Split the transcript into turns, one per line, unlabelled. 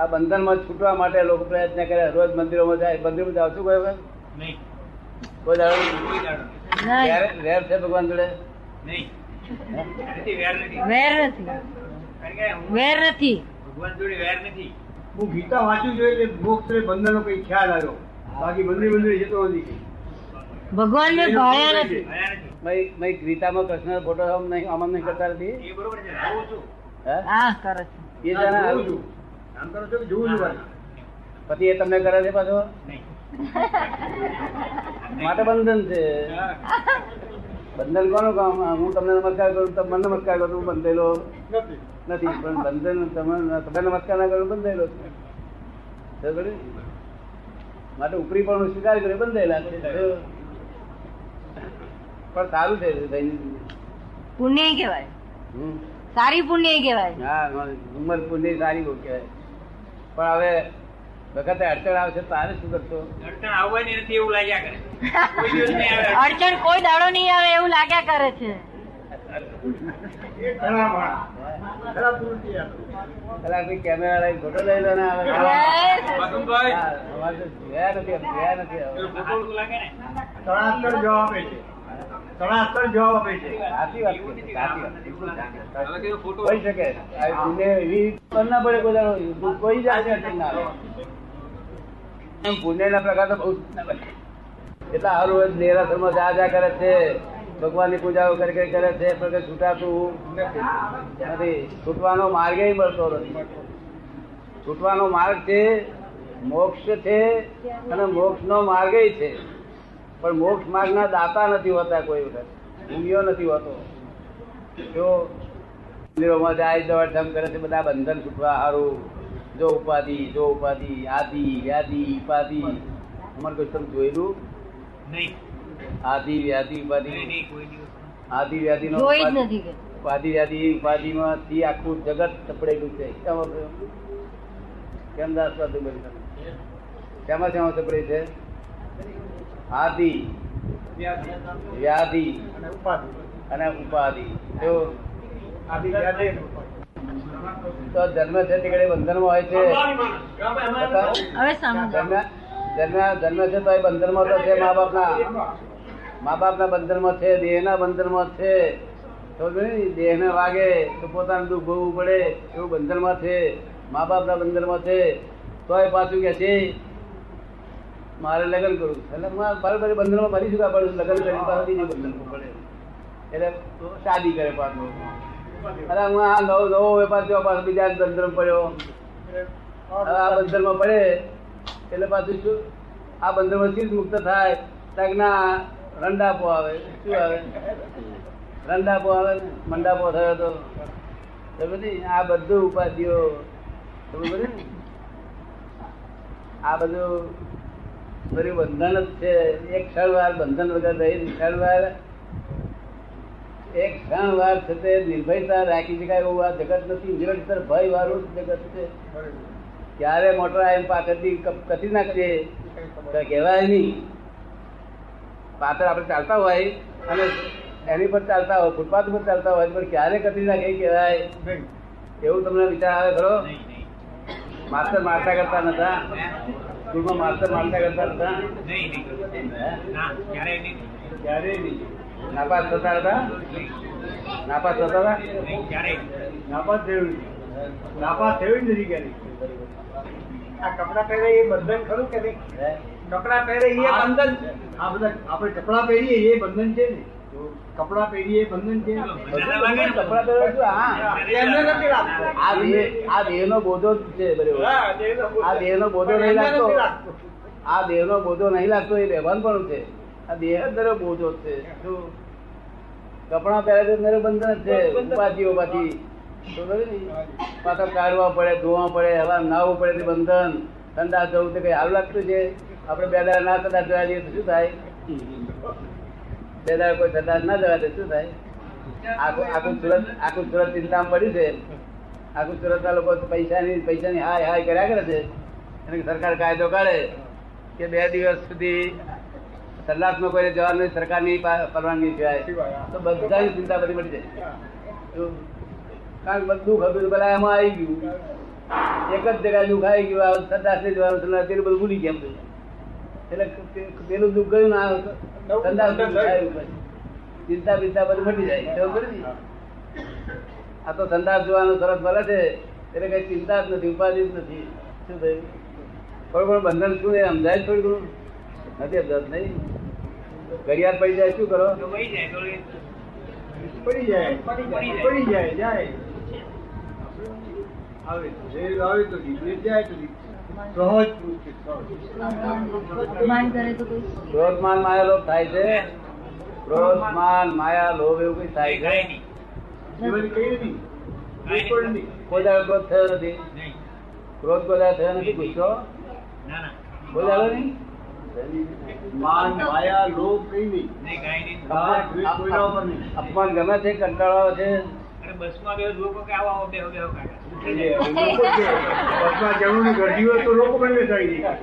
આ બંધનમાં છૂટવા માટે લોકો પ્રયત્ન કરે રોજ મંદિરોમાં જાય મંદિરમાં જાવ છું કોઈ વખત
નહીં
કોઈ દાડો
કોઈ દાડો નહીં.
વેર
નહીં
વેર છે ભગવાન જોડે
નહીં એનાથી વેર નથી કારણ કે હું
વેર નથી વેર
ભગવાન જોડે વેર
નથી
નથી
હું ગીતા વાંચું છું એટલે મોક્ષ ને બંધનનો કઈ ખ્યાલ આવ્યો બાકી મંદિર મંદિર જતો નથી
ભગવાન મેં ભાળ્યા નથી
ભયા નથી
મય મય ગીતામાં કૃષ્ણ ફોટો આમ નહીં આમ આમ નહીં કરતા નથી
એ બરોબર છે આવું છું
હે?
હા કરો છો
એ જાણે
જોઉં
આવું.
છું. આમ કરો છો કે જોઉં છું પાછું.
પછી એ તમને કરે છે પાછો
નહીં
માટે બંધન છે
હા.
બંધન કોનું કામ આ હું તમને નમસ્કાર કરું તમે મને નમસ્કાર કરું હું બંધેલો
નથી
નથી પણ બંધન તમે તમે નમસ્કાર ના કરો બંધાયેલો છે ખબર પડી? માટે ઉપરી પણ હું સ્વીકાર કર્યો બંધાયેલા છે. પણ સારું છે ભાઈ.
પુણ્ય કહેવાય
હમ.
સારી પુણ્ય કહેવાય
હા ઉંમર પુણ્ય સારી બહુ કહેવાય પણ હવે વખતે અડચણ આવશે તારે શું કરશો
અડચણ આવવાની નથી એવું લાગ્યા કરે કોઈ દિવસ નહીં આવે અડચણ.
અડચણ કોઈ દાડો નહીં આવે એવું લાગ્યા કરે છે
એ ખરા માણસ. ખરા પ્રવૃત્તિ આ.
કલાક પછી કેમેરા લઈને ફોટો લઈ લો ને આવે
માધવભાઈ,
હા, અમારે તો જોયા નથી અમે જોયા નથી હવે.
પેલો ગોગોળું લાગે ને
તળાસ્તર જવાબ આપે છે તળાસ્તર જવાબ આપે છે
સાચી વાત છે, સાચી વાત છે.
હવે કયો ફોટો?
હોઈ શકે આ પુણ્ય એવી પણ ના પડે કોઈ દાડો. કોઈ જાતની અડચણ ના આવે. એમ પુણ્યના પ્રકાર તો બહુ જ ના પડે. એટલા હર રોજ દેરાસરમાં જા જા કરે છે ભગવાનની પૂજાઓ કરી કરી કરે છે પણ કઈ છૂટાતું નથી છૂટવાનો માર્ગ ય મળતો નથી છૂટવાનો માર્ગ છે મોક્ષ છે અને મોક્ષનો માર્ગ ય છે પણ મોક્ષ માર્ગના દાતા નથી હોતા કોઈ વખત ભૂમિયો નથી હોતો જો મંદિરોમાં જાય દોડધામ કરે છે બધા બંધન છૂટવા હારું જો ઉપાધિ જો ઉપાધિ આદિ વ્યાધિ ઉપાધિ અમારે કોઈ તમે જોયેલું
નહીં
આદિ વ્યાધિ
નહીં,
ઉપાધિ
નહીં, કોઈ દિવસ નહીં.
આદિ વ્યાધિ નો
જોઈ જ નથી કે
ઉપાધિ વ્યાધિ ઉપાધિમાં થી આખું જગત સપડેલું છે કેમ આપણે? કેમ દાસ વાતું બોલી તમે? શેમાં શેમાં સપડે છે આદિ વ્યાધિ
અને ઉપાધિ
અને ઉપાધિ જો
આદિ વ્યાજે અને ઉપાધિ.
તો જન્મ છે તે ઘડી બંધનમાં હોય છે બતાવો.
હવે સમજાવ
જન્મ- જન્મ જન્મ છે તો એ બંધનમાં તો છે મા બાપના મા બાપના બંધનમાં છે દેહના બંધનમાં છે સમજ પડી ને? દેહને વાગે તો પોતાનું દુઃખ ભોગવવું પડે એવું બંધનમાં છે મા બાપના બંધનમાં છે તોય પાછું કે છે મારે લગ્ન કરવું છે. એટલે મારે બરાબર બંધનમાં ફરી શું કાપડ લગ્ન કરી પાછી નહીં બંધનમાં પડે એટલે તો શાદી કરે પાછું અરે હું આ નવો નવો વેપાર થયો પાછો બીજા જ બંધનમાં પડ્યો હવે આ બંધનમાં પડે એટલે પાછું શું આ બંધનમાંથી જ મુક્ત થાય તગના રંડાપો આવે શું આવે રંડાપો આવે ને મંડાપો થયો તો ખબર નહીં? આ બધું ઉપાધિઓ ખબર પડી ને? આ બધું બધું બંધન જ છે એક ક્ષણ વાર બંધન વગર રહી ક્ષણ વાર એક ક્ષણ વાર છે તે નિર્ભયતા રાખી શકાય એવું આ જગત નથી નિરંતર ભય વાળું જ જગત છે ક્યારે મોટર આવીને પાછળથી ક- કચી નાખીએ તો કહેવાય નહીં પાછળ આપણે ચાલતા હોય અને એની પર ચાલતા હોય ફૂટપાથ પર ચાલતા હોય પણ ક્યારે કચી નાખે એ કહેવાય
નહીં.
એવું તમને વિચાર આવે ખરો
નહીં, નહીં.
માસ્તર મારતા કરતા નતા સ્કૂલમાં માસ્તર મારતા કરતા નતા
નહીં, નહીં.
હે?
ના, ક્યારેય નહીં.
ક્યારેય નહીં નાપાસ થતા હતા નાપાસ થતા હતા
નહીં, ક્યારેય નહીં.
નાપાસ થયું નથી. નાપાસ થયું જ નથી ક્યારેય. આ કપડાં પહેરે એ બંધન ખરું કે નહીં
હે?
કપડાં પહેરે એ
આ
બંધન છે. આ બધા આપણે કપડાં પહેરીએ એ બંધન છે ને કપડાં પહેરીએ એ બંધન છે ને.
બધું તમને કપડાં પહેરો છો હા
એમને નથી લાગતો.
આ દેહ આ દેહનો બોધો જ છે બરાબર
હા, દેહનો બોધો.
આ દેહનો બોધો
પણ
નહીં
એમને
લાગતો
નથી લાગતો.
આ દેહનો બોધો નહીં લાગતો એ રહેવાનું પણ છે આ દેહ જ નરો બોધો જ છે શું? કપડાં પહેરે તો નરો બંધન જ છે ઉપાધિઓ પાછી તો ખબર ને? પાછા કાઢવા પડે ધોવા પડે હવા નાહવું પડે તે બંધન ઠંડા જવું તે કઈ હાલ લાગતું છે આપણે બે દાડા ના ઠંડા જવા દઈએ તો શું થાય બે દાડા કોઈ ઠંડા ના જવા દે શું થાય આખું આખું સુરત આખું સુરત ચિંતામાં પડ્યું છે આખું સુરતના લોકો પૈસાની પૈસાની હાય હાય કર્યા કરે છે અને સરકાર કાયદો કાઢે કે બે દિવસ સુધી સલાહમાં કોઈને જવાનું નહીં, સરકારની પા- પરવાનગી સિવાય તો બધાની ચિંતા બધી મળી જાય જો. કારણ કે બધું ખબર પેલા એમાં આવી ગયું એક જ જગ્યાએ દુઃખ આવી ગયું આ સંદાસની દ્વારા સંદાસથી બધું ભૂલી ગયા બધું. એટલે પેલું દુઃખ ગયું ને આ સંદાસનું દુઃખ આવ્યું પછી. ચિંતા બિંતા બધું મટી જાય ખબર પડી? આ તો સંદાસ જોવાનો સરસ મળે છે એટલે કઈ ચિંતા જ નથી ઉપાધિ જ નથી શું થયું થોડું ઘણું બંધન શું એ સમજાય છે થોડું ઘણું નથી સમજાતું નહીં ઘડિયાળ પડી જાય શું કરો
તો વહી જાય તો એ
પડી જાય પડી જાય પડી જાય જાય આવે તો ઝેર આવે તો નીકળી જાય તો નીકળી જાય. સહજ પૂછે
માન કરે તો કોઈ
ક્રોધ માન માયા લોભ થાય છે ક્રોધ માન માયા લોભ એવું કઈ થાય છે
થાય કાંઈ નહીં.
જીવન કઈ નહીં
કાંઈ
કોઈ નહીં.
કોઈ દાડો ક્રોધ થયો નથી
નહીં.
ક્રોધ કોઈ દાડો થયો નથી ગુસ્સો
ના ના
કોઈ દાડો નહીં
માન માયા લોભ કઈ નહીં
નહીં કાંઈ નહીં
હા, દ્વેષ કોઈના ઉપર નહીં.
અપમાન ગમે છે કંટાળો આવે છે
અરે બસમાં બેહો તો લોકો કે આવો આવો બેહો બેહો કાકા
એટલે લોકો છે, બસમાં જરૂરી ઘડી હોય તો લોકો બંને થઈ જાય